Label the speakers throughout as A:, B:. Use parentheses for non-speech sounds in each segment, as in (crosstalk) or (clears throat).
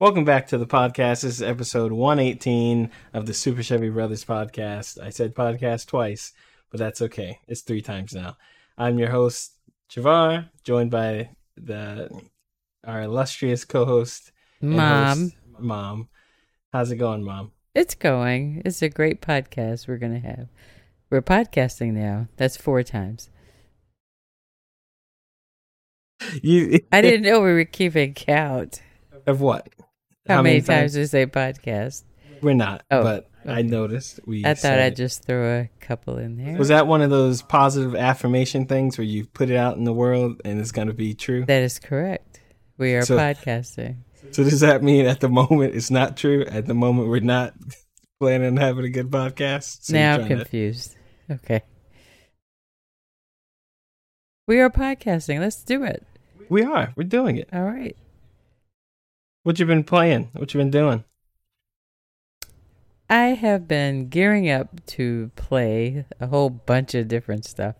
A: Welcome back to the podcast. This is episode 118 of the Super Chevy Brothers podcast. I said podcast twice, but that's okay. It's three times now. I'm your host, Javar, joined by the our illustrious co-host, and
B: Mom,
A: host, Mom. How's it going, Mom?
B: it's going. It's a great podcast we're going to have. We're podcasting now. That's four times.
A: You
B: I didn't know we were keeping count.
A: of what?
B: How, many, times we say podcast?
A: We're not,
B: Oh,
A: but I
B: okay.
A: noticed we.
B: I thought
A: said
B: I'd
A: it.
B: just throw a couple in there.
A: Was that one of those positive affirmation things where you put it out in the world and it's going to be true?
B: that is correct. We are
A: So-
B: podcasting.
A: So does that mean at the moment it's not true? At the moment we're not planning on having a good podcast. So you're
B: now I'm
A: trying to-
B: confused. Okay. We are podcasting. Let's do it.
A: we are. We're doing it.
B: All right.
A: What you been playing? What you been doing?
B: I have been gearing up to play a whole bunch of different stuff.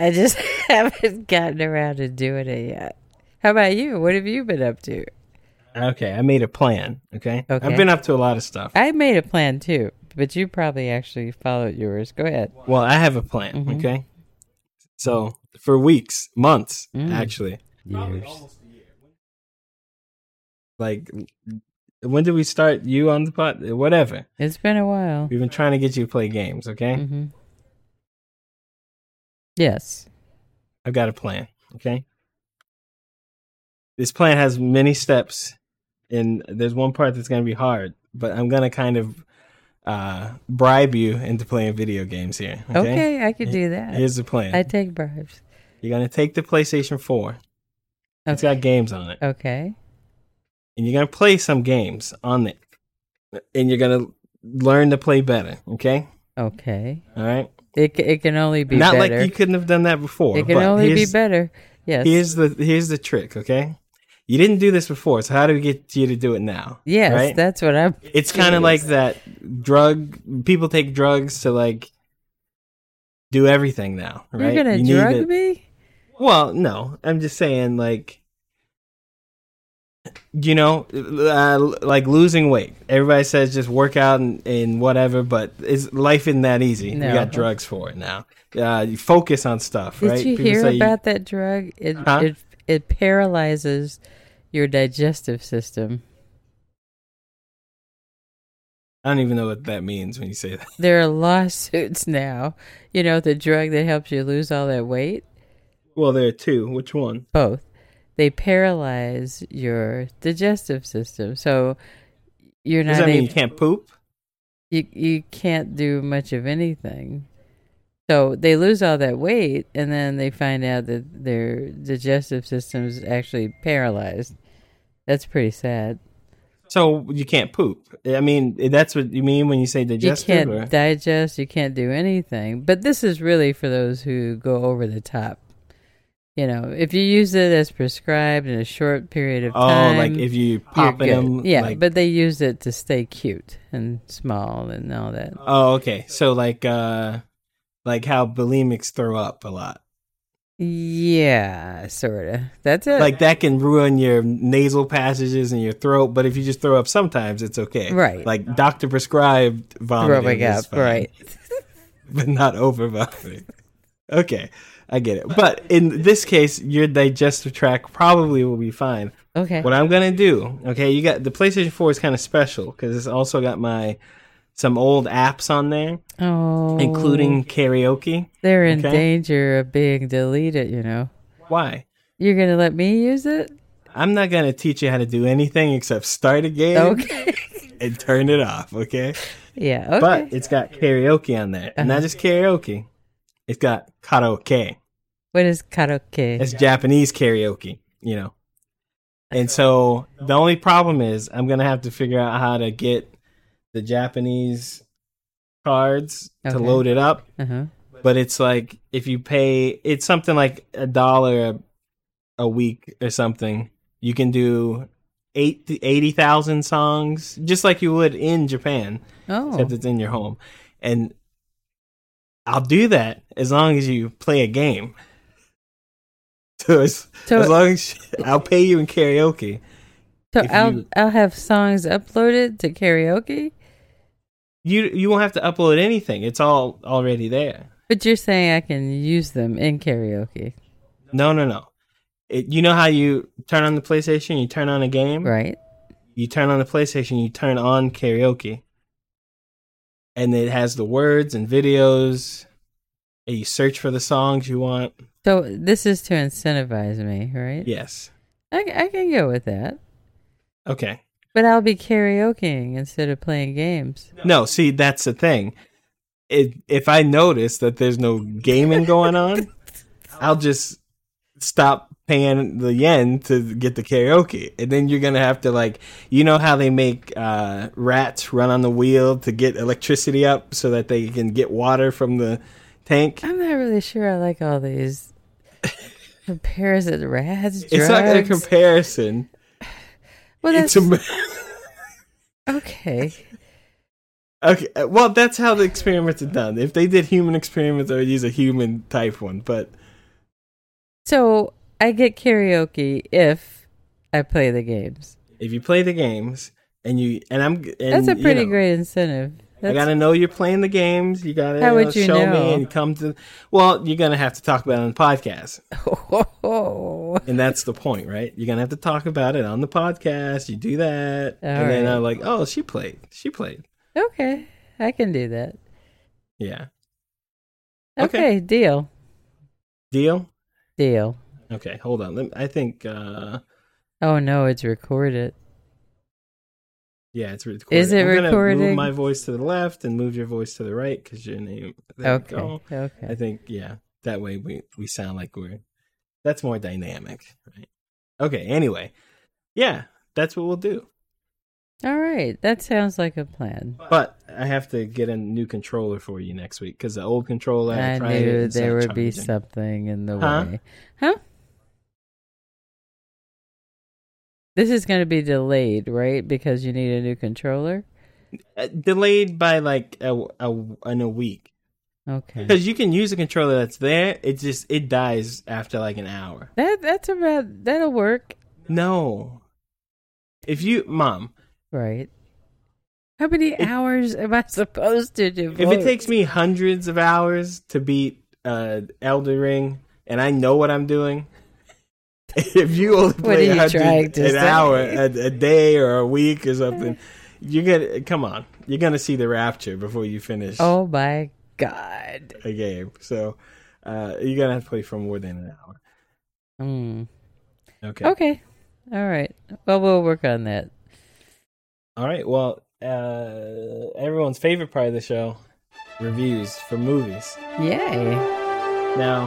B: I just (laughs) haven't gotten around to doing it yet. How about you? What have you been up to?
A: Okay, I made a plan. Okay, I've
B: Okay.
A: been up to a lot of stuff.
B: I made a plan too, but you probably actually followed yours. Go ahead.
A: Well, I have a plan.
B: Mhm.
A: Okay, so for weeks, months,
B: Mm.
A: actually,
B: Yours.
A: like when did we start you on the pot? Whatever.
B: It's been a while.
A: We've been trying to get you to play games. Okay,
B: hmm Yes.
A: I've got a plan. Okay. This plan has many steps, and there's one part that's going to be hard, but I'm going to kind of uh, bribe you into playing video games here. Okay.
B: Okay, I could do that.
A: Here's the plan
B: I take bribes.
A: you're going to take the PlayStation 4, it's got games on it,
B: Okay.
A: and you're going to play some games on it, and you're going to learn to play better. Okay.
B: Okay.
A: All right.
B: It ca- it can only be
A: Not
B: better.
A: like you couldn't have done that before.
B: it can
A: but
B: only be
A: here's-
B: better. Yes.
A: Here's the here's the trick, okay? You didn't do this before, so how do we get you to do it now?
B: Yes,
A: right?
B: that's what I'm.
A: it's kind of like that drug. People take drugs to like do everything now, right?
B: You're gonna
A: You need
B: drug
A: to-
B: me?
A: Well, no, I'm just saying like. You know, uh, like losing weight. Everybody says just work out and, and whatever, but is life isn't that easy? We
B: No.
A: got drugs for it now. Uh, you focus on stuff,
B: Did
A: right?
B: you
A: People
B: hear
A: say
B: about that drug? It
A: Huh?
B: it it paralyzes your digestive system.
A: I don't even know what that means when you say that.
B: There are lawsuits (laughs) now. You know the drug that helps you lose all that weight.
A: Well, there are two. Which one?
B: Both they paralyze your digestive system, so you're
A: Does
B: not
A: that mean
B: able.
A: you can't poop?
B: you you can't do much of anything. So they lose all that weight, and then they find out that their digestive system is actually paralyzed. That's pretty sad.
A: So you can't poop. I mean, that's what you mean when you say digestive.
B: you can't
A: or-
B: digest. You can't do anything. But this is really for those who go over the top. You know, if you use it as prescribed in a short period of
A: oh,
B: time,
A: like if you
B: you're
A: pop in
B: good.
A: them.
B: yeah.
A: like-
B: but they use it to stay cute and small and all that.
A: oh, okay. So like, uh, like how bulimics throw up a lot.
B: Yeah, sort of. That's it.
A: Like that can ruin your nasal passages and your throat. But if you just throw up, sometimes it's okay.
B: Right.
A: Like doctor prescribed vomiting.
B: growing
A: is
B: up,
A: fine,
B: right?
A: (laughs) But not over vomiting. okay, I get it. But in this case, your digestive tract probably will be fine.
B: Okay.
A: What I'm gonna do, okay? You got the PlayStation 4 is kind of special because it's also got my some old apps on there,
B: oh,
A: including karaoke.
B: they're in
A: okay.
B: danger of being deleted. You know,
A: Why?
B: you're gonna let me use it?
A: I'm not gonna teach you how to do anything except start a game
B: Okay. (laughs)
A: and turn it off, okay?
B: Yeah. Okay. Uh-huh.
A: But it's got karaoke on there. And not just karaoke. It's got karaoke.
B: what is karaoke?
A: It's Japanese karaoke, you know. And so the only problem is I'm gonna have to figure out how to get the Japanese cards to
B: Okay.
A: load it up.
B: uh-huh.
A: But it's like if you pay it's something like a dollar a- a week or something, you can do eight eighty thousand songs, just like you would in Japan except
B: Oh.
A: it's in your home. And I'll do that as long as you play a game. (laughs) So as,
B: So-
A: as long as (laughs) I'll pay you in karaoke.
B: So
A: if
B: I'll
A: you-
B: I'll have songs uploaded to karaoke.
A: You you won't have to upload anything. It's all already there.
B: But you're saying I can use them in karaoke,
A: Mm-hmm. No, no, no. It, you know how you turn on the PlayStation, you turn on a game,
B: right?
A: you turn on the PlayStation, you turn on karaoke. And it has the words and videos. And you search for the songs you want.
B: So this is to incentivize me, right?
A: Yes.
B: I, I can go with that.
A: Okay.
B: But I'll be karaokeing instead of playing games.
A: No, see, that's the thing. If if I notice that there's no gaming going on, I'll just stop paying the yen to get the karaoke, and then you're gonna have to like, you know how they make uh, rats run on the wheel to get electricity up so that they can get water from the tank.
B: I'm not really sure I like all these comparison rats. Drugs.
A: It's not a comparison.
B: well, that's
A: It's a,
B: okay.
A: okay. uh, Well, that's how the experiments are done. If they did human experiments, I would use a human type one, but
B: So I get karaoke if I play the games.
A: if you play the games and you and I'm and,
B: That's a
A: you
B: pretty
A: know,
B: great incentive.
A: I
B: That's,
A: gotta know you're playing the games. You gotta
B: How
A: you
B: would
A: know,
B: you
A: show
B: know?
A: me and come to. Well, you're gonna have to talk about it on the podcast,
B: (laughs) Oh,
A: and that's the point, right? You're gonna have to talk about it on the podcast. You do that,
B: All
A: and then
B: right.
A: I'm like, oh, she played, she played,
B: okay. I can do that.
A: yeah, Okay.
B: Okay, deal,
A: deal.
B: deal.
A: Okay, hold on. Let me- I think, uh
B: Oh no, it's recorded.
A: yeah, it's recorded.
B: Is it
A: I'm gonna Move
B: recording?
A: my voice to the left and move your voice to the right because your name. There we
B: Okay,
A: go. I
B: okay.
A: think yeah, that way we we sound like we're that's more dynamic, right? Okay, anyway. Yeah, that's what we'll do.
B: All right, that sounds like a plan.
A: But I have to get a new controller for you next week cuz the old controller I,
B: I
A: tried it,
B: knew
A: it's not
B: there would be
A: charging.
B: something in the
A: Huh?
B: way, huh? This is going to be delayed, right? Because you need a new controller.
A: Uh, delayed by like a, a in a week.
B: Okay.
A: Cuz you can use a controller that's there, it just it dies after like an hour.
B: That that's about that'll work,
A: No. If you mom,
B: right? How many hours am I supposed to do?
A: If it takes me hundreds of hours to beat uh, Elder Ring, and I know what I'm doing, (laughs) if you only
B: What
A: play
B: are you
A: 100
B: trying to
A: an
B: say?
A: hour, a, a day, or a week, or
B: (laughs)
A: something, you're gonna come on. You're gonna see the rapture before you finish
B: oh my god!
A: a game. So uh, you're gonna have to play for more than an hour.
B: Mm.
A: Okay.
B: Okay. All right. Well, we'll work on that.
A: All right. Well, uh, everyone's favorite part of the show: reviews for movies.
B: Yay!
A: Now,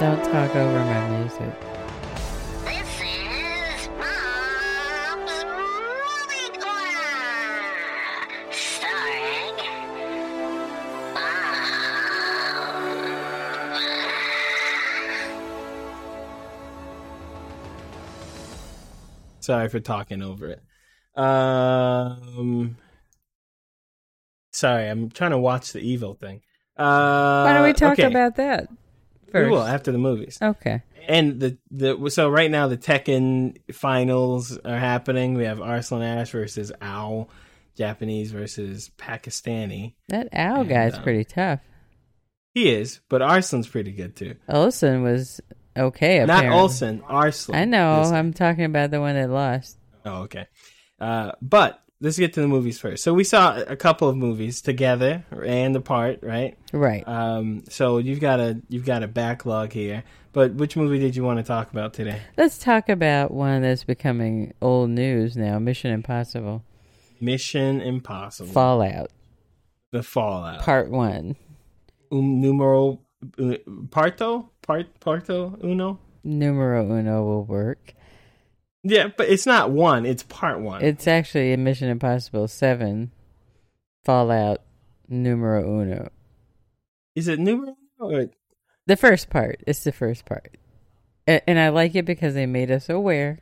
B: Don't talk over my music.
C: This is Mom's Movie Corner, starring Mom.
A: sorry for talking over it. Um, sorry, I'm trying to watch the evil thing. Uh,
B: Why don't we talk
A: okay.
B: about that
A: We
B: first?
A: will after the movies.
B: Okay.
A: And the the so right now the Tekken finals are happening. We have Arslan Ash versus Owl, Japanese versus Pakistani.
B: That owl
A: And,
B: guy's
A: um,
B: pretty tough.
A: He is, but Arslan's pretty good too.
B: Olsen was okay. Apparently.
A: Not Olsen, Arslan.
B: I know.
A: This-
B: I'm talking about the one that lost.
A: Oh, okay. Uh, but let's get to the movies first. So we saw a couple of movies together and apart, right?
B: Right.
A: Um, so you've got a you've got a backlog here. But which movie did you want to talk about today?
B: Let's talk about one that's becoming old news now. Mission Impossible.
A: Mission Impossible.
B: Fallout
A: the Fallout.
B: Part One.
A: um, numero uh, parto part parto uno.
B: Numero uno will work.
A: Yeah, but it's not one. It's part one.
B: It's actually in Mission Impossible Seven, Fallout Numero Uno.
A: Is it numero or
B: The first part. It's the first part, A- and I like it because they made us aware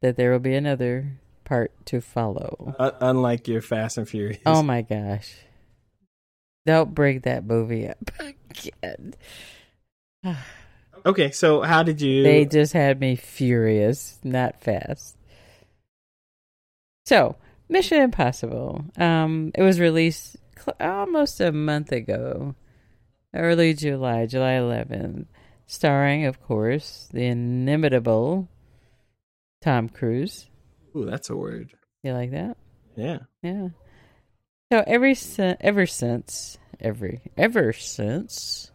B: that there will be another part to follow.
A: uh, unlike your Fast and Furious?
B: Oh my gosh! Don't break that movie up (laughs) again.
A: okay, so how did you?
B: They just had me furious, not fast. So, Mission Impossible. Um, it was released cl- almost a month ago, early July, July 11th, starring, of course, the inimitable Tom Cruise.
A: Ooh, that's a word.
B: You like that?
A: Yeah.
B: Yeah. So every si- ever since every ever since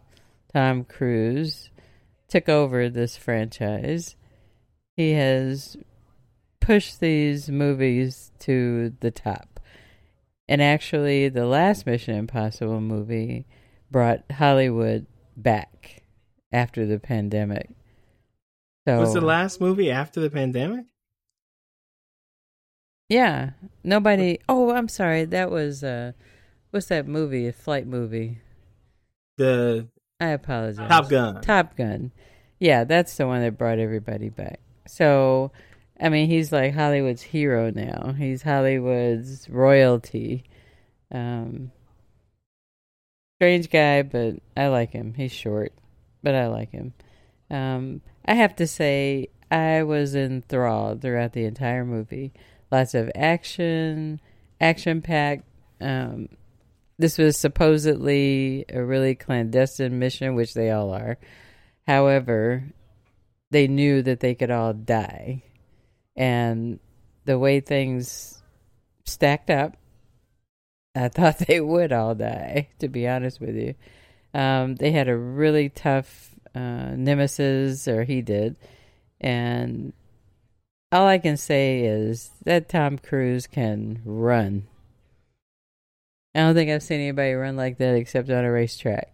B: Tom Cruise took over this franchise, he has pushed these movies to the top. And actually, the last Mission Impossible movie brought Hollywood back after the pandemic. So
A: Was the last movie after the pandemic?
B: Yeah. Nobody Oh, I'm sorry. That was uh what's that movie? A flight movie.
A: The
B: I apologize.
A: Top Gun.
B: Top Gun. Yeah, that's the one that brought everybody back. So, I mean, he's like Hollywood's hero now. He's Hollywood's royalty. Um strange guy, but I like him. He's short, but I like him. Um I have to say I was enthralled throughout the entire movie. Lots of action, action packed. Um this was supposedly a really clandestine mission, which they all are. However, they knew that they could all die. And the way things stacked up, I (laughs) thought they would all die, to be honest with you. Um, they had a really tough uh, nemesis, or he did. And all I can say is that Tom Cruise can run. I don't think I've seen anybody run like that except on a racetrack.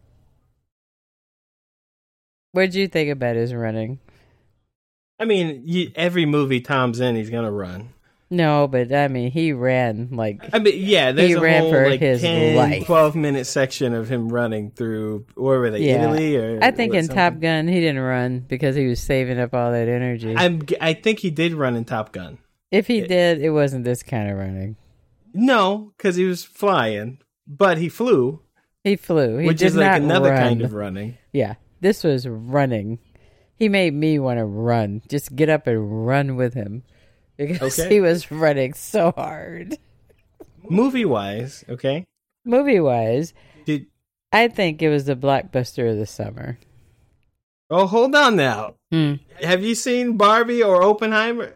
B: What'd you think about his running?
A: I mean, you, every movie Tom's in, he's gonna run.
B: No, but I mean, he ran like
A: I mean, yeah, there's
B: He
A: a
B: ran
A: whole
B: for
A: like
B: his
A: 10,
B: life.
A: 12 minute section of him running through where were they
B: yeah.
A: Italy or
B: I think
A: or
B: in Top
A: something?
B: Gun he didn't run because he was saving up all that energy.
A: I'm g- I think he did run in Top Gun.
B: if he did, it wasn't this kind of running.
A: No, because he was flying, but he flew,
B: He flew. He
A: which
B: did
A: is like
B: not
A: another
B: run.
A: kind of running.
B: Yeah, this was running. He made me want to run. Just get up and run with him (laughs) because
A: Okay.
B: he was running so hard.
A: Movie wise, okay.
B: Movie wise,
A: Did
B: I think it was the blockbuster of the summer.
A: oh hold on now.
B: Hmm.
A: Have you seen Barbie or Oppenheimer?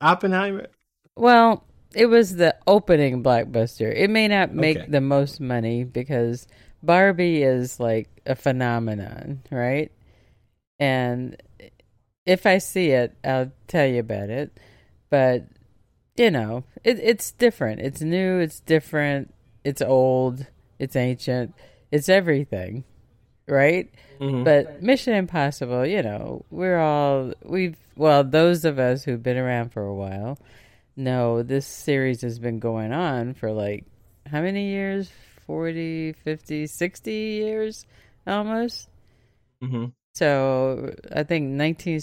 A: Oppenheimer.
B: Well, it was the opening blockbuster. It may not make
A: Okay.
B: the most money because Barbie is like a phenomenon, right? And if I see it, I'll tell you about it. But you know, it, it's different. It's new. It's different. It's old. It's ancient. It's everything, right? But Mission Impossible, you know, we're all we've well, those of us who've been around for a while know this series has been going on for like how many years? 40, 50, 60 years almost.
A: Mm-hmm.
B: So, I think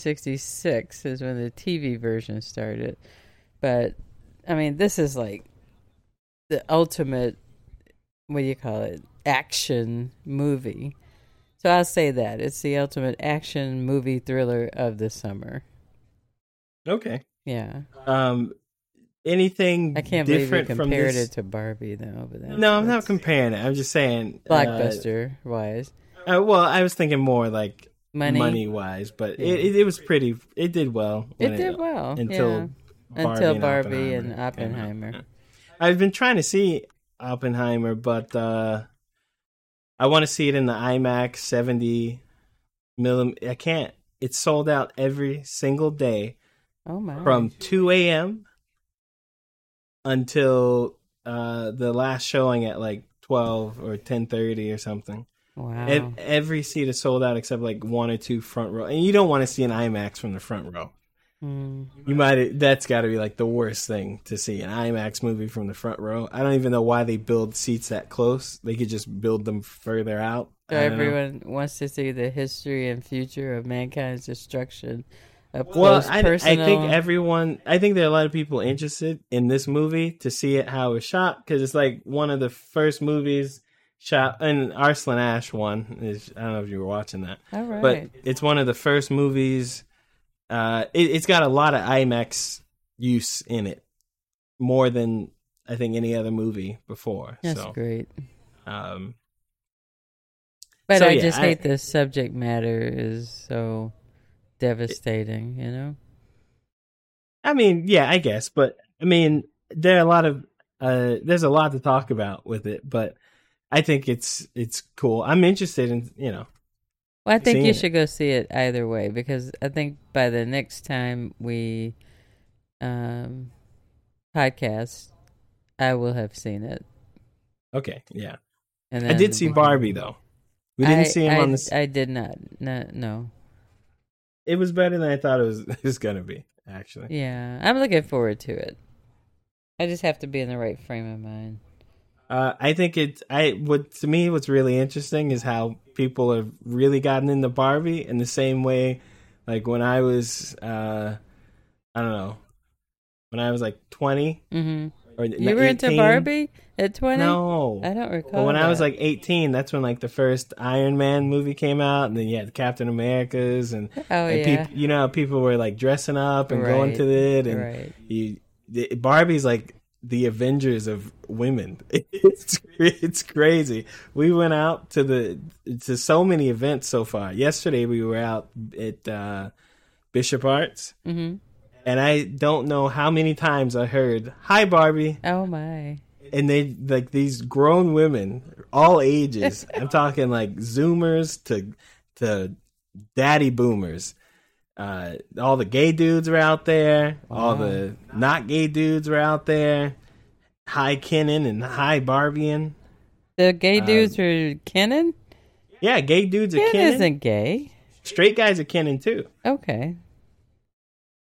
B: 1966 is when the TV version started. But I mean, this is like the ultimate what do you call it? Action movie. So I'll say that it's the ultimate action movie thriller of the summer.
A: Okay.
B: Yeah,
A: Um, anything
B: I can't believe you
A: different from
B: compared
A: this?
B: it to Barbie though. But that's,
A: no, I'm not
B: that's
A: comparing it. I'm just saying uh,
B: blockbuster wise.
A: uh, well, I was thinking more like
B: Money.
A: money, wise, but
B: Yeah.
A: it, it, it was pretty. It did well.
B: It
A: when
B: did well yeah.
A: until
B: until Barbie
A: Barbie
B: and Oppenheimer.
A: came out. I've been trying to see Oppenheimer, but uh, I want to see it in the IMAX 70 millim. I can't. It's sold out every single day
B: Oh my!
A: from 2 a.m. until uh, the last showing at like twelve or ten thirty or something.
B: Wow.
A: Ev- every seat is sold out except like one or two front row, and you don't want to see an IMAX from the front row.
B: Mm.
A: You might that's got to be like the worst thing to see an IMAX movie from the front row. I don't even know why they build seats that close. They could just build them further out.
B: So
A: I don't know.
B: everyone wants to see the history and future of mankind's destruction up
A: Well,
B: close,
A: I, I
B: personal.
A: think everyone. I think there are a lot of people interested in this movie to see it how it was shot because it's like one of the first movies shot. And Arslan Ash one is. I don't know if you were watching that,
B: All right.
A: but it's one of the first movies. Uh, it, it's got a lot of IMAX use in it, more than I think any other movie before.
B: That's
A: so,
B: great.
A: um,
B: But
A: So,
B: I
A: yeah,
B: just
A: I-
B: hate the subject matter is so devastating, you know?
A: I mean, yeah, I guess, but I mean, there are a lot of uh, there's a lot to talk about with it, but I think it's it's cool. I'm interested in you know,
B: Well, I think
A: Seeing
B: you
A: it.
B: should go see it either way because I think by the next time we um, podcast, I will have seen it.
A: okay, yeah.
B: And
A: I
B: then
A: did see
B: we can-
A: Barbie though. We didn't
B: I-
A: see him
B: I-
A: on this.
B: I did not. No, no.
A: It was better than I thought it was. (laughs) It was gonna be actually.
B: Yeah, I'm looking forward to it. I just have to be in the right frame of mind.
A: Uh, I think it's I what to me what's really interesting is how people have really gotten into Barbie in the same way, like when I was uh, I don't know, when I was like twenty
B: hmm
A: or
B: You were into
A: 18.
B: Barbie at 20?
A: No,
B: I don't recall.
A: But when I was
B: that.
A: like 18, that's when like the first Iron Man movie came out, and then you had Captain America's, and,
B: oh
A: and
B: yeah,
A: peop- you know, people were like dressing up and going
B: Right,
A: to it, and
B: right.
A: you, the, Barbie's like the Avengers of women. (laughs) It's it's crazy. We went out to the to so many events so far. Yesterday we were out at uh, Bishop Arts,
B: hmm
A: and I don't know how many times I heard "Hi Barbie."
B: Oh my.
A: and they like these grown women, all ages. I'm talking like Zoomers to to daddy boomers. Uh, all the gay dudes were out there. All the not gay dudes were out there. High Kenan and high Barbian.
B: The gay
A: um,
B: dudes were Kenan?
A: Yeah, gay dudes are
B: Ken
A: Kenan.
B: isn't gay.
A: Straight guys are Kenan too.
B: Okay.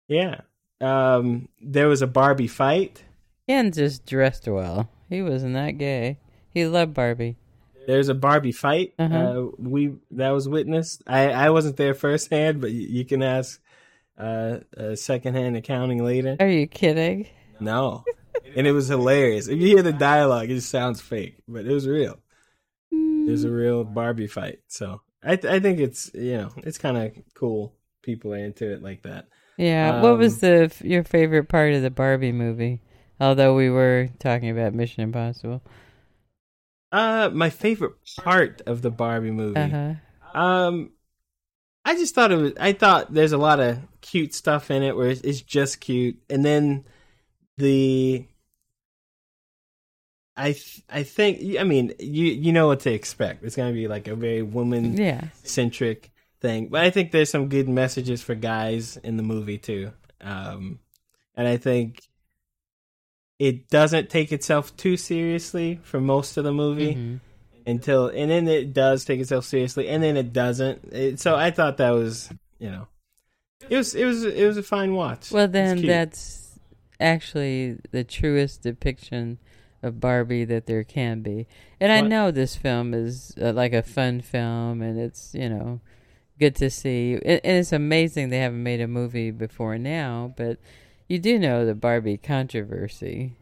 A: Yeah. Um, there was a Barbie fight.
B: Ken just dressed well. He was not gay. He loved Barbie.
A: There's a Barbie fight. uh
B: Uh-huh.
A: we that was witnessed. I, I wasn't there firsthand, but you, you can ask uh, a secondhand accounting later.
B: Are you kidding?
A: No, and it was hilarious. If you hear the dialogue, it sounds fake, but it was real. It was a real Barbie fight. So I th- I think it's you know it's kind of cool. People are into it like that.
B: Yeah. what was
A: Um,
B: the your favorite part of the Barbie movie? Although we were talking about Mission Impossible.
A: Uh, my favorite part of the Barbie movie.
B: Uh huh.
A: Um, I just thought it was. I thought there's a lot of cute stuff in it where it's, it's just cute, and then the. I th- I think I mean you you know what to expect. It's gonna be like a very woman
B: Yeah.
A: centric thing, but I think there's some good messages for guys in the movie too. Um, and I think it doesn't take itself too seriously for most of the movie
B: Mhm.
A: until and then it does take itself seriously and then it doesn't it, so i thought that was you know it was it was it was a fine watch
B: Well,
A: It's
B: then
A: cute.
B: that's actually the truest depiction of Barbie that there can be. And I
A: What?
B: know this film is uh, like a fun film, and it's you know good to see. And, and it's amazing they haven't made a movie before now, but you do know the Barbie controversy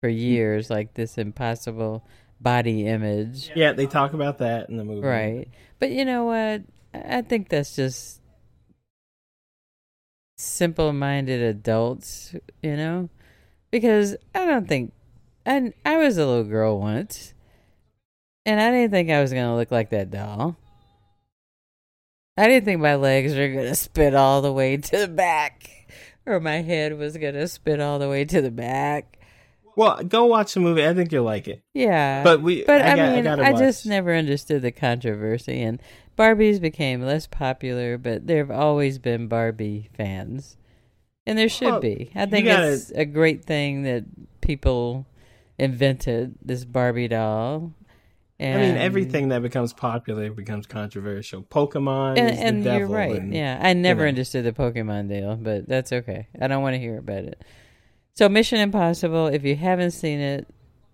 B: for
A: Mm.
B: years, like this impossible body image.
A: yeah they talk about that in the movie
B: Right. But you know what? I I think that's just simple minded adults, you know? Because I don't think I I was a little girl once and I didn't think I was gonna look like that doll. I didn't think my legs were gonna spit all the way to the back. Or my head was gonna spit all the way to the back.
A: well go watch the movie i think you'll like it
B: Yeah.
A: but we
B: But
A: i,
B: I,
A: got,
B: mean,
A: I, gotta
B: I,
A: watch.
B: just never understood the controversy, and Barbies became less popular, but there have always been Barbie fans. And there should
A: Well,
B: be. I think
A: gotta-
B: it's a great thing that people invented this Barbie doll. And,
A: I mean, everything that becomes popular becomes controversial. Pokemon
B: And,
A: is the
B: and
A: devil.
B: you're right.
A: and-
B: yeah, I never
A: know.
B: understood the Pokemon deal, but that's okay. I don't want to hear about it. So, Mission Impossible. If you haven't seen it,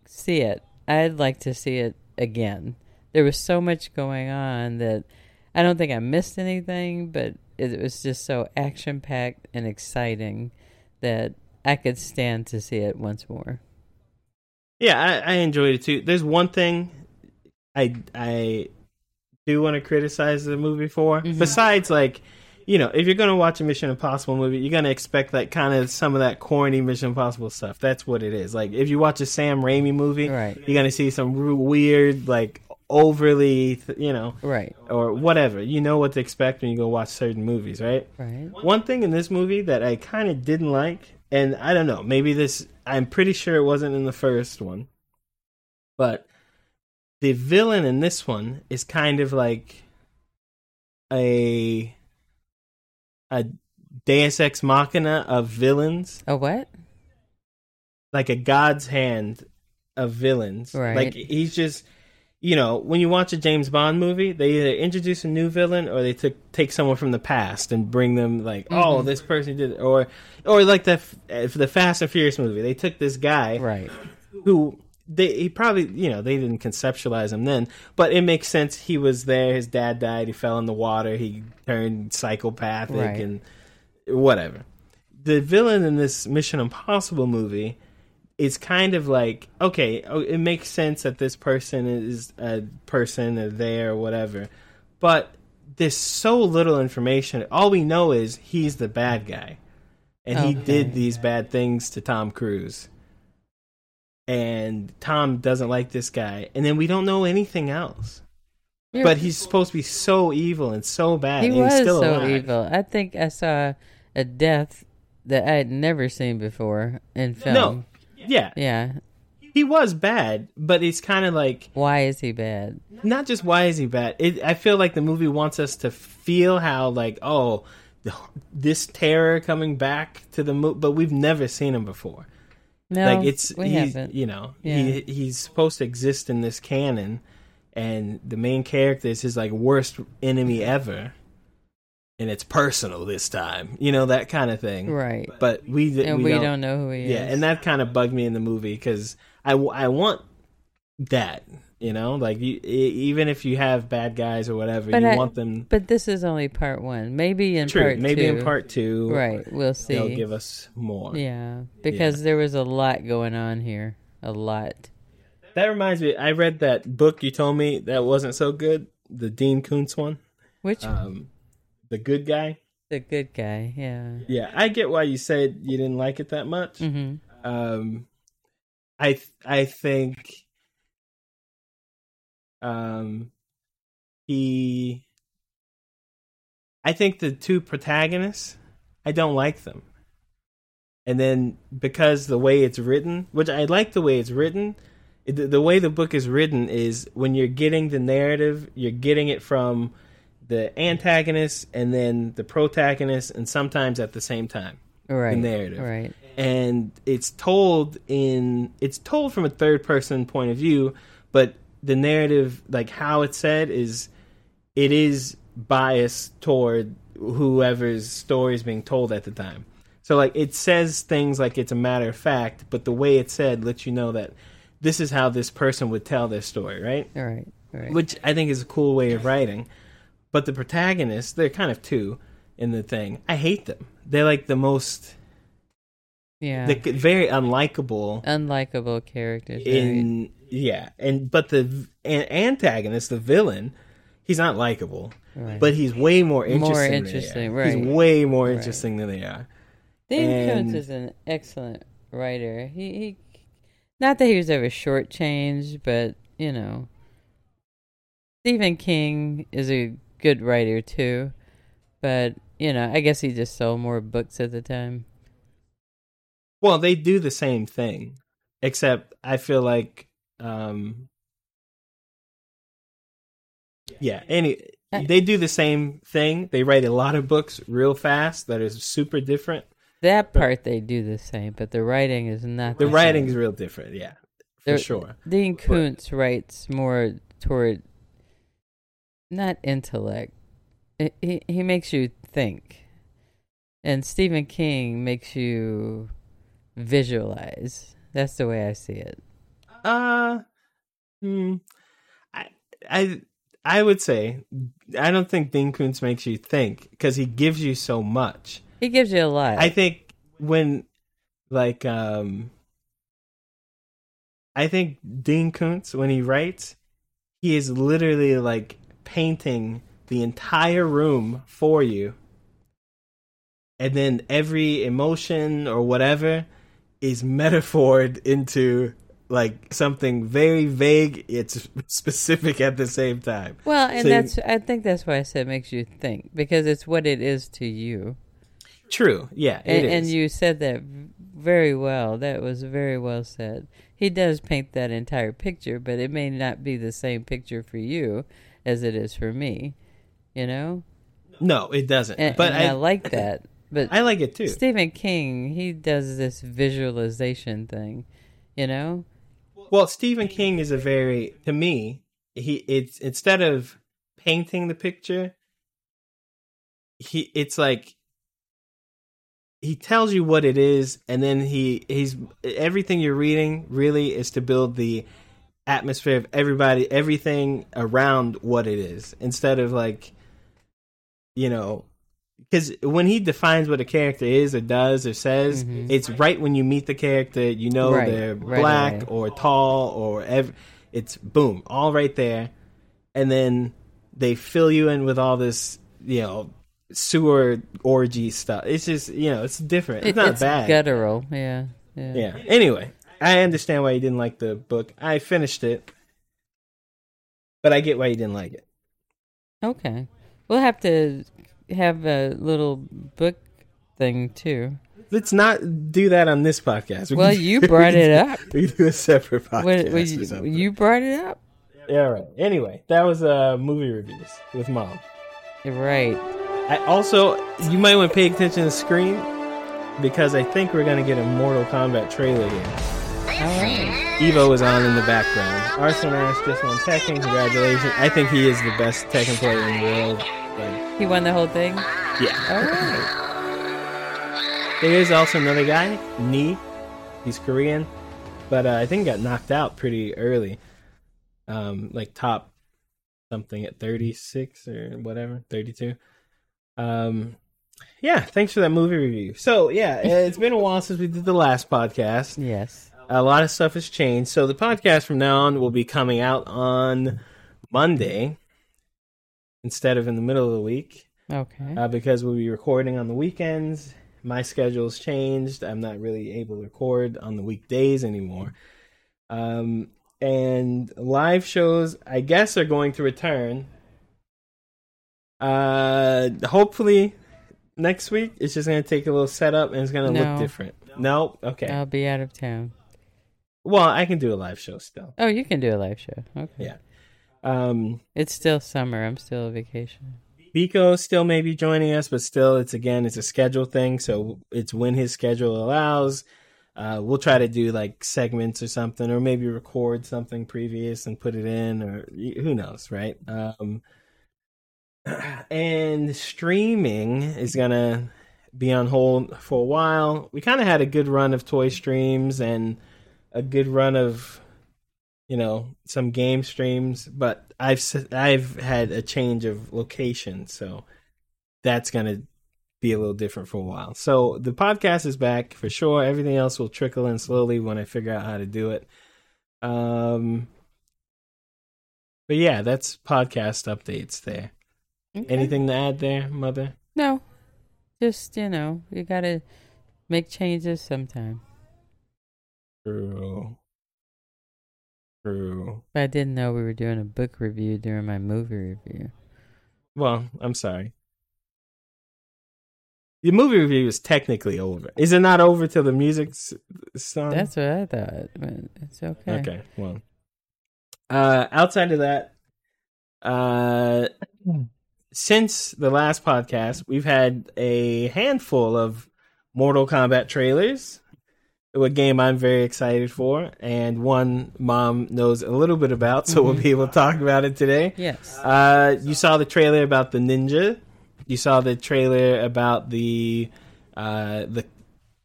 B: see it. I'd like to see it again. There was so much going on that I don't think I missed anything, but it was just so action packed and exciting that I could stand to see it once more.
A: Yeah, I, I enjoyed it too. There's one thing I I do want to criticize the movie for. Besides, like, you know, if you're gonna watch a Mission Impossible movie, you're gonna expect that kind of some of that corny Mission Impossible stuff. That's what it is. Like, if you watch a Sam Raimi movie,
B: Right.
A: you're gonna see some r- weird, like, overly, th- you know,
B: Right.
A: or whatever. You know what to expect when you go watch certain movies, right?
B: Right.
A: One thing in this movie that I kind of didn't like, and I don't know, maybe this, I'm pretty sure it wasn't in the first one, but the villain in this one is kind of like a a Deus Ex Machina of villains,
B: Oh, what?
A: like a God's hand of villains.
B: Right.
A: Like he's just, you know, when you watch a James Bond movie, they either introduce a new villain or they took take someone from the past and bring them like,
B: Mm-hmm.
A: oh, this person did, it. or or like the f- uh, for the Fast and Furious movie, they took this guy
B: Right.
A: who they he probably you know they didn't conceptualize him then, but it makes sense. He was there. His dad died. He fell in the water. He turned psychopathic
B: Right.
A: and whatever. The villain in this Mission Impossible movie is kind of like okay, oh, it makes sense that this person is a person or there or whatever, but there's so little information. All we know is he's the bad guy, and he did these bad things to Tom Cruise and Tom doesn't like this guy, and then we don't know anything else.
B: You're-
A: But he's supposed to be so evil and so bad,
B: he
A: and he's
B: was
A: still
B: so
A: alive.
B: evil. I think I saw a death that I had never seen before in film.
A: No, yeah,
B: Yeah.
A: he was bad, but it's kind of like
B: Why is he bad?
A: not just why is he bad. It, I feel like the movie wants us to feel how like oh, th- this terror coming back to the movie, but we've never seen him before.
B: No,
A: like it's
B: we
A: he's,
B: haven't.
A: you know
B: Yeah.
A: he he's supposed to exist in this canon and the main character is his like worst enemy ever and it's personal this time you know that kind of thing
B: Right.
A: but we d-
B: and
A: we, don't,
B: know who he
A: yeah
B: is.
A: and that kind of bugged me in the movie because I, w- I want that you know like you, e- even if you have bad guys or whatever
B: But
A: you
B: I-
A: want them
B: But this is only part one. Maybe in
A: true
B: part
A: maybe
B: two.
A: in part two
B: Right. We'll see.
A: they'll give us more
B: yeah. Because there was a lot going on here. A lot.
A: That reminds me, I read that book you told me that wasn't so good, the Dean Koontz one,
B: Which
A: um, the good guy.
B: the good guy, yeah.
A: Yeah, I get why you said you didn't like it that much.
B: hmm
A: Um, I th- I think, um, he, I think the two protagonists, I don't like them. And then because the way it's written, which I like the way it's written, the, the way the book is written is when you're getting the narrative, you're getting it from the antagonist and then the protagonist, and sometimes at the same time
B: Right.
A: narrative.
B: Right.
A: and it's told in it's told from a third person point of view but the narrative like how it's said is it is biased toward whoever's story is being told at the time so like it says things like it's a matter of fact but the way it's said lets you know that this is how this person would tell their story right
B: Right. Right.
A: which I think is a cool way of writing. But the protagonists, they're kind of two in the thing. I hate them. They're like the most,
B: yeah. Oh,
A: they're very unlikable.
B: Unlikable characters. right.
A: In yeah, and but the v- an antagonist, the villain, he's not likable,
B: Right.
A: but he's way more interesting. than they are.
B: interesting,
A: He's
B: right.
A: way more interesting than they are.
B: Dean Koontz
A: And-
B: is an excellent writer. He, he, not that he was ever shortchanged, but you know, Stephen King is a good writer too. But you know, I guess he just sold more books at the time.
A: Well, they do the same thing, except I feel like, um, yeah. Any,
B: I-
A: they do the same thing. They write a lot of books real fast that is super different,
B: That part they do the same, but the writing is not
A: The
B: same.
A: writing's real different, yeah, for
B: There-
A: sure.
B: Dean Koontz writes more toward not intellect. I- He he makes you think, and Stephen King makes you visualize. That's the way I see it.
A: Uh, hmm, I, I, I would say I don't think Dean Koontz makes you think because he gives you so much.
B: He gives you a lot.
A: I think when like um I think Dean Kuntz when he writes, he is literally like painting the entire room for you. And then every emotion or whatever is metaphored into like something very vague it's specific at the same time.
B: well, and
A: So you-
B: that's I think that's why I said makes you think because it's what it is to you.
A: true. Yeah, it
B: And,
A: is.
B: and you said that very well. That was very well said. He does paint that entire picture, but it may not be the same picture for you as it is for me. You know,
A: no, it doesn't.
B: and,
A: but
B: and I,
A: I
B: like that. But
A: I like it too.
B: Stephen King, he does this visualization thing. You know,
A: Well, Stephen King is a very to me, he it's instead of painting the picture, he it's like he tells you what it is and then he he's everything you're reading really is to build the atmosphere of everybody everything around what it is instead of like you know because when he defines what a character is or does or says it's right when you meet the character you know
B: Mm-hmm. Right,
A: they're
B: right
A: black
B: away.
A: or tall or ev- it's boom all right there and then they fill you in with all this you know sewer orgy stuff it's just you know it's different it's
B: It-
A: not bad
B: guttural. Yeah, yeah.
A: yeah. Anyway, I understand why you didn't like the book. I finished it, but I get why you didn't like it.
B: Okay, we'll have to have a little book thing too.
A: Let's not do that on this podcast. (laughs) We
B: Well,
A: can-
B: you brought it up.
A: We can do a separate podcast.
B: What, what
A: or
B: you,
A: something.
B: you brought it up.
A: yeah, all right. Anyway, that was uh, movie reviews with mom.
B: You're right.
A: I also, you might want to pay attention to the screen because I think we're gonna get a Mortal Kombat trailer here. Evo is on in the background. Arsenal is just won Tekken. Congratulations! I think he is the best Tekken player in the world. Like,
B: He won the whole thing. All
A: yeah. (laughs)
B: right.
A: There is also another guy, Nee. He's Korean, but uh, I think got knocked out pretty early, um, like top something at 36 or whatever, 32. Um, yeah, thanks for that movie review. So yeah, (laughs) it's been a while since we did the last podcast
B: Yes.
A: a lot of stuff has changed. So the podcast from now on will be coming out on Monday instead of in the middle of the week
B: Okay.
A: uh, because we'll be recording on the weekends. My schedule's changed. I'm not really able to record on the weekdays anymore. Um, and live shows, I guess, are going to return. Uh, hopefully next week. It's just going to take a little setup and it's going to
B: No.
A: look different. No, okay.
B: I'll be out of town.
A: Well, I can do a live show still.
B: Oh, you can do a live show. Okay.
A: Yeah. Um
B: It's still summer. I'm still on vacation.
A: Vico still may be joining us, but still it's again it's a schedule thing, so it's when his schedule allows. Uh we'll try to do like segments or something or maybe record something previous and put it in or y- who knows, right? Um (clears throat) and streaming is going to be on hold for a while. We kind of had a good run of toy streams and a good run of you know some game streams but i've s- i've had a change of location so that's going to be a little different for a while so the podcast is back for sure everything else will trickle in slowly when i figure out how to do it um but yeah that's podcast updates there
B: Okay.
A: anything to add there mother
B: No. Just you know, you gotta make changes sometime.
A: true true
B: But I didn't know we were doing a book review during my movie review.
A: well i'm sorry the movie review is technically over. Is it not over till the music's song?
B: That's what I thought. But it's okay.
A: Um, Okay. Well, uh, outside of that, uh, since the last podcast, we've had a handful of Mortal Kombat trailers, a game I'm very excited for, and one mom knows a little bit about, so
B: Mm-hmm.
A: we'll be able to talk about it today.
B: Yes.
A: Uh, you saw the trailer about the ninja. You saw the trailer about the uh, the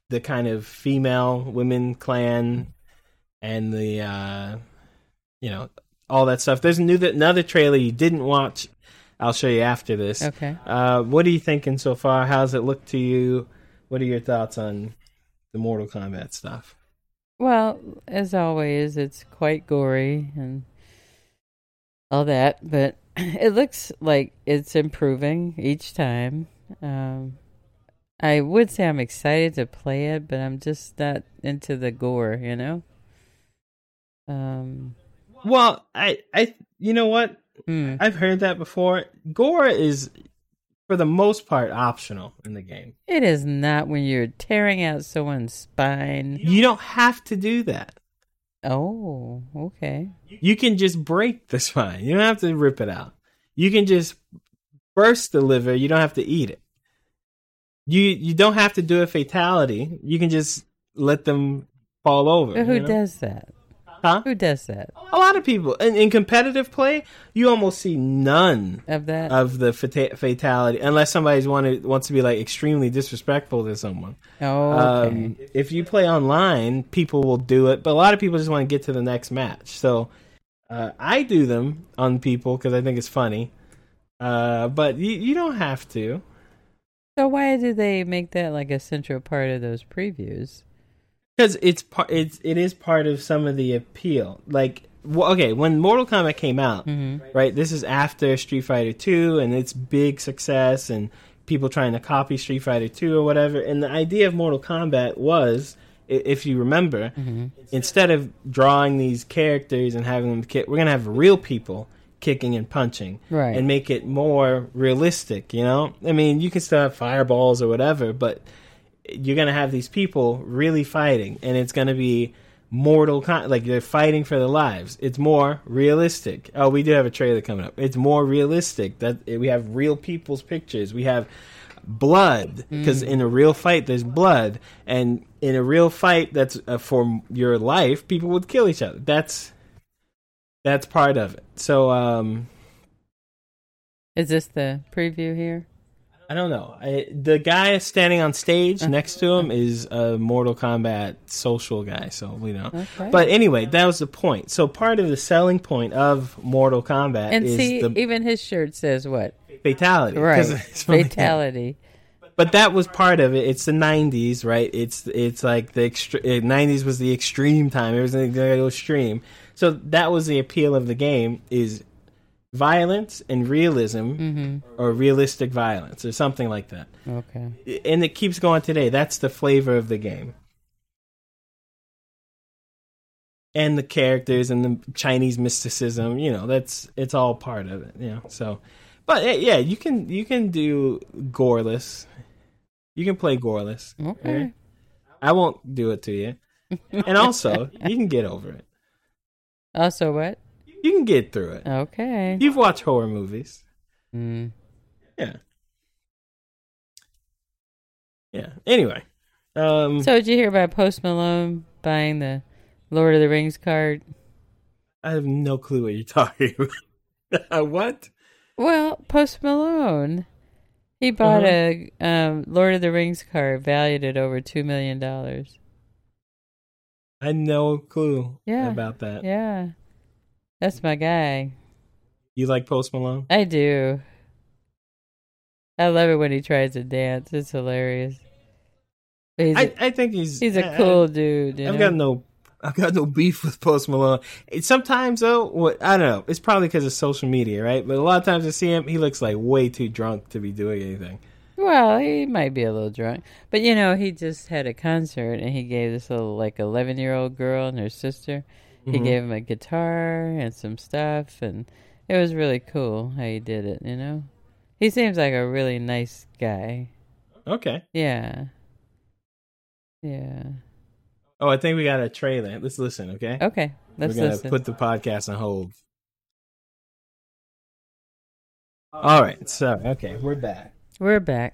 A: the kind of female women clan and the uh, you know all that stuff. There's a new another trailer you didn't watch. I'll show you after this.
B: Okay.
A: Uh, what are you thinking so far? How's it look to you? What are your thoughts on the Mortal Kombat stuff?
B: Well, as always, it's quite gory and all that, but (clears throat) it looks like it's improving each time. Um, I would say I'm excited to play it, but I'm just not into the gore, you know? Um,
A: Well, I I you know what?
B: hmm.
A: I've heard that before. Gore is, for the most part, optional in the game.
B: It is not when you're tearing out someone's spine.
A: You don't have to do that.
B: Oh, okay.
A: You can just break the spine. You don't have to rip it out. You can just burst the liver. You don't have to eat it. You you don't have to do a fatality. You can just let them fall over.
B: But who
A: you know?
B: does that?
A: Huh?
B: Who does that?
A: A lot of people. In, in competitive play, you almost see none
B: Of that?
A: of the fata- fatality unless somebody's wanted, wants to be like extremely disrespectful to someone.
B: oh, okay.
A: Um, if you play online, people will do it, but a lot of people just want to get to the next match. So uh, I do them on people because I think it's funny. Uh, but you, you don't have to.
B: So why did they make that like a central part of those previews?
A: because it's part it's it is part of some of the appeal like wh- okay when mortal kombat came out right this is after street fighter 2 and its big success and people trying to copy street fighter 2 or whatever and the idea of mortal kombat was i- if you remember instead of drawing these characters and having them kick we're going to have real people kicking and punching
B: Right.
A: and make it more realistic you know i mean you can still have fireballs or whatever but you're gonna have these people really fighting, and it's gonna be mortal con- like they're fighting for their lives. It's more realistic. Oh, we do have a trailer coming up. It's more realistic that we have real people's pictures. We have blood because in a real fight there's blood, and in a real fight that's uh, for your life, people would kill each other. That's that's part of it. So um,
B: Is this the preview here?
A: I don't know. I, the guy standing on stage
B: Uh-huh.
A: next to him is a Mortal Kombat social guy, so we don't.
B: Okay.
A: But anyway, that was the point. So part of the selling point of Mortal Kombat
B: And
A: is
B: see,
A: the
B: even his shirt says what?
A: fatality. (laughs) 'cause
B: Right.
A: it's from the-
B: Fatality.
A: But that was part of it. It's the '90s, right? It's it's like the extre- eh, '90s was the extreme time. It was going to go extreme. So that was the appeal of the game is violence and realism,
B: Mm-hmm.
A: or realistic violence, or something like that.
B: Okay.
A: and it keeps going today. That's the flavor of the game. And the characters and the Chinese mysticism, you know, that's it's all part of it, you know. So but eh, yeah, you can you can do goreless. You can play goreless.
B: Okay.
A: eh? I won't do it to
B: (laughs)
A: you. And also, you can get over it.
B: Also what?
A: You can get through it.
B: Okay.
A: You've watched horror movies.
B: Mm.
A: Yeah. Yeah. Anyway. Um
B: So did you hear about Post Malone buying the Lord of the Rings card?
A: I have no clue what you're (laughs) talking about. what?
B: Well, Post Malone, he bought
A: Uh-huh.
B: a um, Lord of the Rings card valued at over two million dollars.
A: I had no clue
B: Yeah.
A: about that.
B: Yeah, that's my guy.
A: You like Post Malone?
B: I do. I love it when he tries to dance. It's hilarious. But he's,
A: I, I think he's
B: he's a
A: I-
B: cool dude.
A: I,
B: You
A: have
B: know?
A: got no I've got no beef with Post Malone. It, sometimes though, what I don't know. It's probably because of social media, right? But a lot of times I see him, he looks like way too drunk to be doing anything.
B: Well, he might be a little drunk, but you know, he just had a concert and he gave this little like eleven year old girl and her sister.
A: Mm-hmm.
B: He gave him a guitar and some stuff, and it was really cool how he did it. You know, he seems like a really nice guy.
A: Okay.
B: Yeah, yeah.
A: Oh, I think we got a trailer. Let's listen. Okay.
B: Okay, Oh, let's
A: We're gonna
B: listen.
A: put the podcast on hold. All right. So okay, we're back.
B: We're back.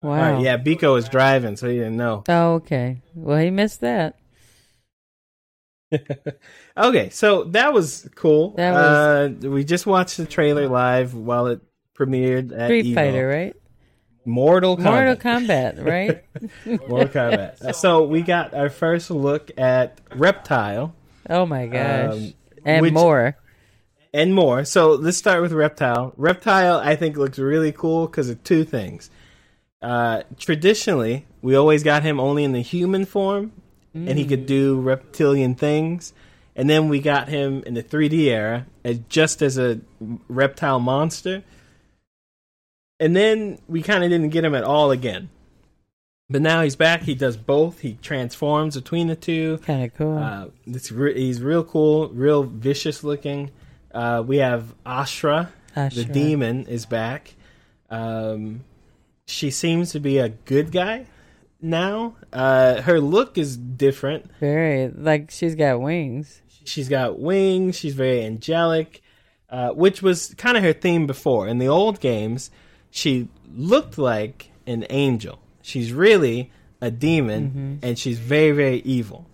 B: Wow.
A: All right, yeah, Biko was driving, so he didn't know.
B: Oh, okay. Well, he missed that.
A: Okay, so that was cool.
B: That was-
A: uh, we just watched the trailer live while it premiered at
B: Street
A: Evo.
B: Fighter, right?
A: Mortal Kombat.
B: Mortal Kombat, right?
A: (laughs) Mortal Kombat. Uh,
B: (laughs)
A: so we got our first look at Reptile
B: oh my gosh.
A: Um,
B: and
A: which-
B: more.
A: and more. So let's start with Reptile. Reptile, I think, looks really cool because of two things. Uh, traditionally, we always got him only in the human form, and he could do reptilian things. And then we got him in the 3D era, as, just as a reptile monster. And then we kind of didn't get him at all again. But now he's back. He does both. He transforms between the two.
B: Kind of cool.
A: Uh, it's re- he's real cool, real vicious looking. Uh, we have Ashra, the
B: Ashra.
A: demon, is back. Um, she seems to be a good guy now. Uh, her look is different.
B: Very. Like, she's got wings.
A: She's got wings. She's very angelic, uh, which was kind of her theme before. In the old games, she looked like an angel. She's really a demon,
B: Mm-hmm.
A: and she's very, very evil.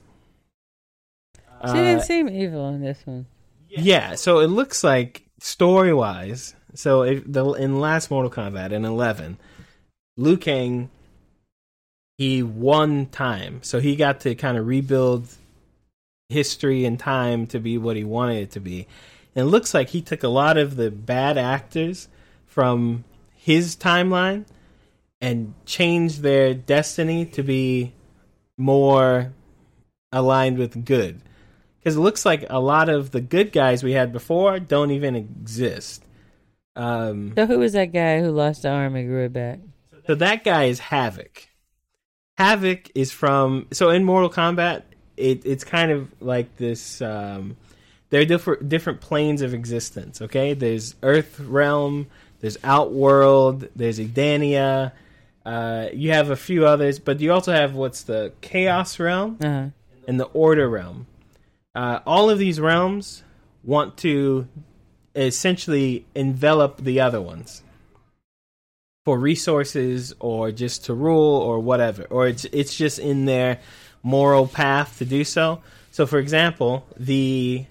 A: Uh,
B: She didn't seem evil in this one.
A: Yeah, so it looks like story wise. So if the in last Mortal Kombat in eleven, Liu Kang, he won time, so he got to kind of rebuild history and time to be what he wanted it to be. And it looks like he took a lot of the bad actors from his timeline and changed their destiny to be more aligned with good because it looks like a lot of the good guys we had before don't even exist. Um,
B: So, who was that guy who lost the arm and grew it back?
A: so that guy is Havoc. Havoc is from so in Mortal Kombat, it, it's kind of like this. Um, there are different different planes of existence. Okay, there's Earth realm, there's Outworld, there's Edania. Uh, you have a few others, but you also have what's the Chaos realm,
B: Uh-huh.
A: and the order realm. Uh, all of these realms want to essentially envelop the other ones for resources or just to rule or whatever or it's it's just in their moral path to do so so for example the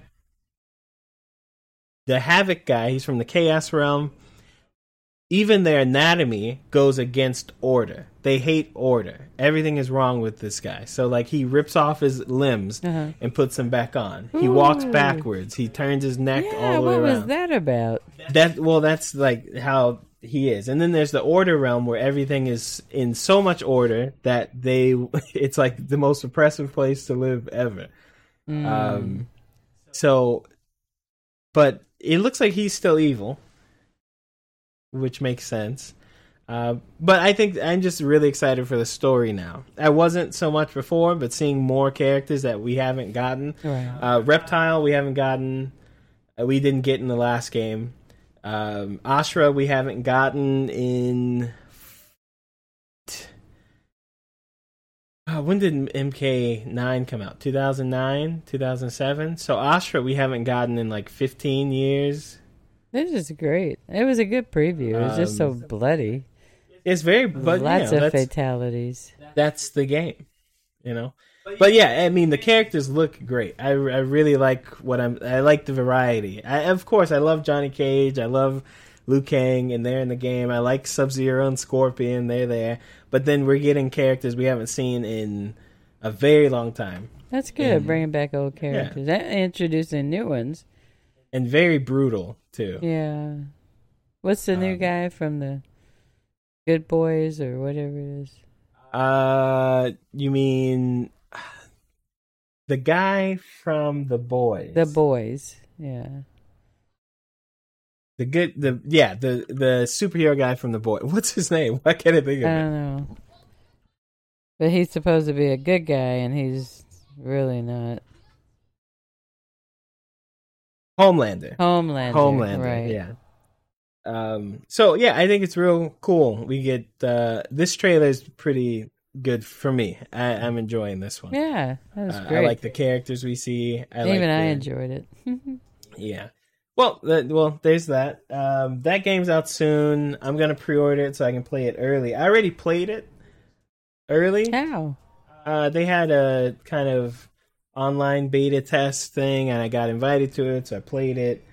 A: the havoc guy he's from the chaos realm even their anatomy goes against order. They hate order. Everything is wrong with this guy. So like he rips off his limbs
B: Uh-huh.
A: and puts them back on. He walks backwards. He turns his neck all
B: Yeah,
A: the way
B: what
A: around.
B: was that about?
A: That well, that's like how he is. And then there's the order realm where everything is in so much order that they (laughs) it's like the most oppressive place to live ever. Um, so, but it looks like he's still evil, which makes sense. Uh, but I think I'm just really excited for the story now. I wasn't so much before, but seeing more characters that we haven't gotten.
B: Right.
A: Uh, Reptile, we haven't gotten. uh, We didn't get in the last game. Um, Ashra, we haven't gotten in. Uh, when did MK9 come out? 2009, 2007? So Ashra, we haven't gotten in like 15 years.
B: This is great. It was a good preview. It was just so bloody.
A: It's very, Um, but
B: Lots
A: you know,
B: of
A: that's,
B: fatalities.
A: that's the game, you know. But yeah, I mean the characters look great. I, I really like what I'm. I like the variety. I, of course, I love Johnny Cage. I love Liu Kang, and they're in the game. I like Sub Zero and Scorpion. They're there. But then we're getting characters we haven't seen in a very long time,
B: That's good. Bringing back old characters and introducing new ones.
A: and very brutal too.
B: Yeah. What's the
A: Um,
B: new guy from the Good Boys or whatever it is?
A: Uh, you mean the guy from The Boys?
B: The Boys. Yeah.
A: The good, the yeah, the the superhero guy from the boy. (laughs) What's his name? Why can't I think
B: I
A: of it?
B: don't know. But he's supposed to be a good guy and he's really not.
A: Homelander.
B: Uh, Homelander.
A: Homelander.
B: Right.
A: Yeah. Um. So yeah, I think it's real cool. We get uh this trailer is pretty good for me. I, I'm enjoying this one.
B: Yeah. That was
A: Uh,
B: great.
A: I like the characters we see. I
B: (laughs) Even
A: like
B: I
A: the-
B: enjoyed it.
A: Yeah. Well, that, well, there's that. Um, that game's out soon. I'm gonna pre-order it so I can play it early. I already played it early.
B: How?
A: Uh, they had a kind of online beta test thing, and I got invited to it, so I played it.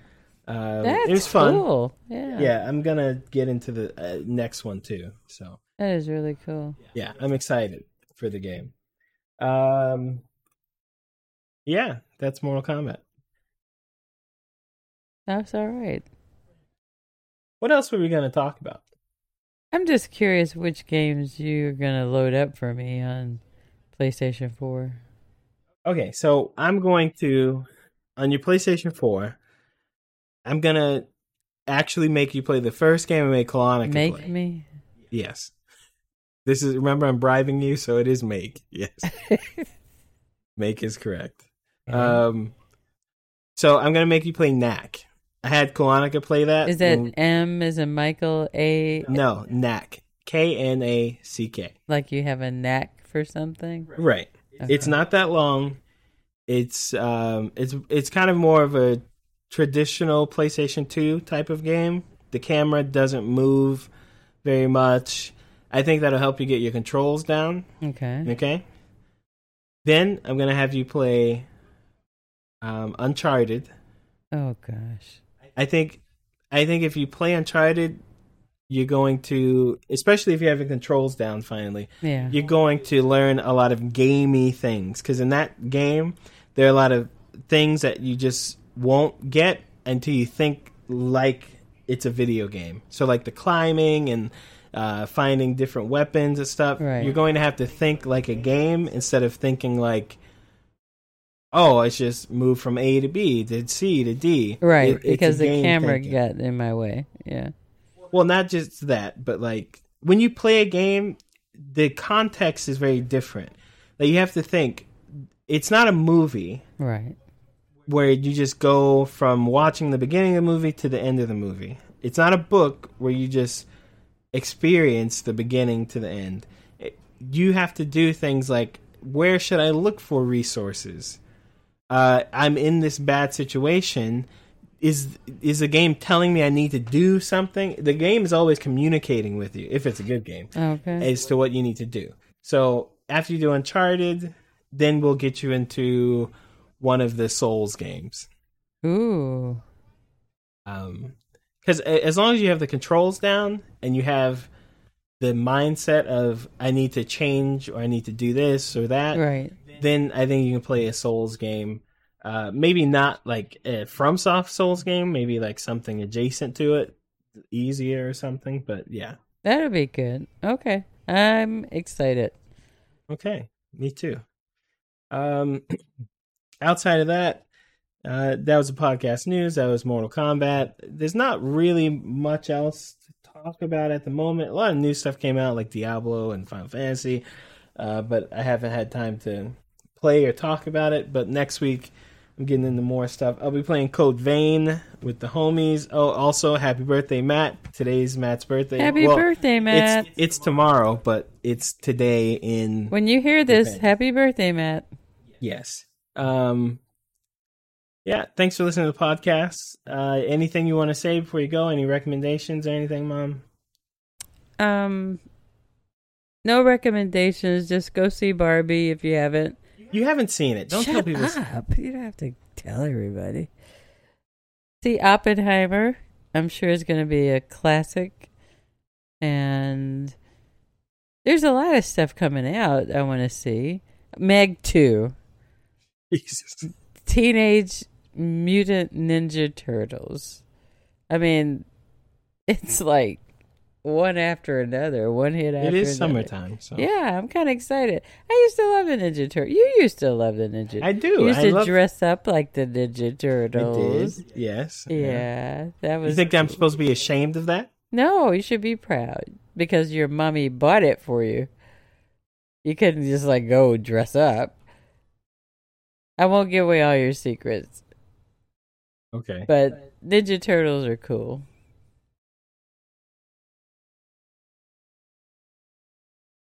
A: Uh,
B: That's
A: it was fun.
B: cool. Yeah.
A: Yeah, I'm gonna get into the uh, next one too. So
B: That is really cool.
A: yeah, I'm excited for the game. Um, yeah, that's Mortal Kombat.
B: That's all right.
A: What else were we gonna talk about?
B: I'm just curious which games you're gonna load up for me on PlayStation 4.
A: Okay, so I'm going to on your PlayStation 4. I'm gonna actually make you play the first game I made Kalana
B: Make
A: play.
B: me.
A: Yes. This is remember I'm bribing you, so it is make. Yes.
B: (laughs)
A: make is correct. Um so I'm gonna make you play Knack. I had Kalanika play that.
B: Is that
A: and-
B: M is a Michael A
A: no Knack? K N A C K.
B: like you have a knack for something?
A: Right. It's
B: Okay.
A: not that long. It's um it's it's kind of more of a traditional PlayStation 2 type of game. The camera doesn't move very much. I think that'll help you get your controls down.
B: Okay.
A: Okay. Then I'm gonna have you play um, Uncharted.
B: Oh gosh.
A: I think, I think if you play Uncharted, you're going to, especially if you have your controls down finally,
B: Yeah.
A: you're going to learn a lot of gamey things. Because in that game, there are a lot of things that you just won't get until you think like it's a video game. So like the climbing and uh, finding different weapons and stuff.
B: Right.
A: You're going to have to think like a game instead of thinking like. Oh, it's just move from A to B to C to D. It-
B: Right,
A: it's a
B: because the
A: game
B: camera
A: thinking.
B: got in my way. Yeah.
A: Well, not just that, but like when you play a game, the context is very different. Like you have to think it's not a movie
B: Right.
A: where you just go from watching the beginning of the movie to the end of the movie. It's not a book where you just experience the beginning to the end. It- you have to do things like where should I look for resources? Uh, I'm in this bad situation. Is is the game telling me I need to do something? The game is always communicating with you if it's a good game
B: Okay.
A: as to what you need to do. So after you do Uncharted, then we'll get you into one of the Souls games.
B: Ooh.
A: Um, because as long as you have the controls down and you have the mindset of I need to change or I need to do this or that,
B: Right.
A: then I think you can play a Souls game. Uh, maybe not like a FromSoft Souls game, maybe like something adjacent to it, easier or something. But yeah,
B: That'll be good. Okay. I'm excited.
A: Okay, me too. Um, (clears throat) outside of that, uh, that was the podcast news. That was Mortal Kombat. There's not really much else to talk about at the moment. A lot of new stuff came out, like Diablo and Final Fantasy, uh, but I haven't had time to play or talk about it. But next week, I'm getting into more stuff. I'll be playing Code Vein with the homies. Oh, also, happy birthday, Matt! Today's Matt's birthday.
B: Happy
A: Well,
B: birthday, Matt.
A: It's, it's tomorrow, but it's today in
B: When you hear this,
A: Depends.
B: happy birthday, Matt.
A: Yes. Um Yeah, thanks for listening to the podcast. Uh anything you want to say before you go? Any recommendations or anything, mom?
B: Um no recommendations, just go see Barbie if you haven't.
A: You haven't seen it. Don't
B: Shut
A: tell people s-
B: up. Ah, You don't have to tell everybody. See Oppenheimer. I'm sure it's going to be a classic. And there's a lot of stuff coming out I want to see. Meg 2.
A: (laughs) Jesus.
B: Teenage Mutant Ninja Turtles. I mean, it's like one after another, one hit after
A: It
B: another.
A: is summertime, so
B: Yeah, I'm kind of excited. I used to love the Ninja Turtle. You used to love the Ninja.
A: I do.
B: You used
A: I
B: to
A: love-
B: dress up like the Ninja
A: I
B: Turtles.
A: did. Yes.
B: Yeah, that was.
A: You think I'm supposed to be ashamed of that?
B: No, you should be proud because your mommy bought it for you. You couldn't just like go dress up. I won't give away all your secrets,
A: Okay.
B: but Ninja Turtles are cool.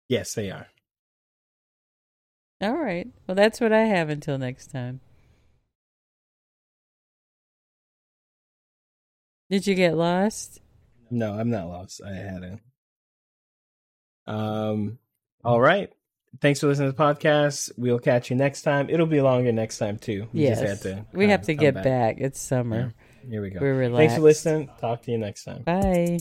A: Yes, they are.
B: All right. Well, that's what I have until next time. Did you get lost?
A: No, I'm not lost. I had it. Um. All right. Thanks for listening to the podcast. We'll catch you next time. It'll be longer next time too. We
B: yes.
A: just had to.
B: we
A: kinda
B: have to
A: come
B: get back. It's summer.
A: Here we go.
B: We're
A: Thanks
B: relaxed.
A: for listening. Talk to you next time.
B: Bye.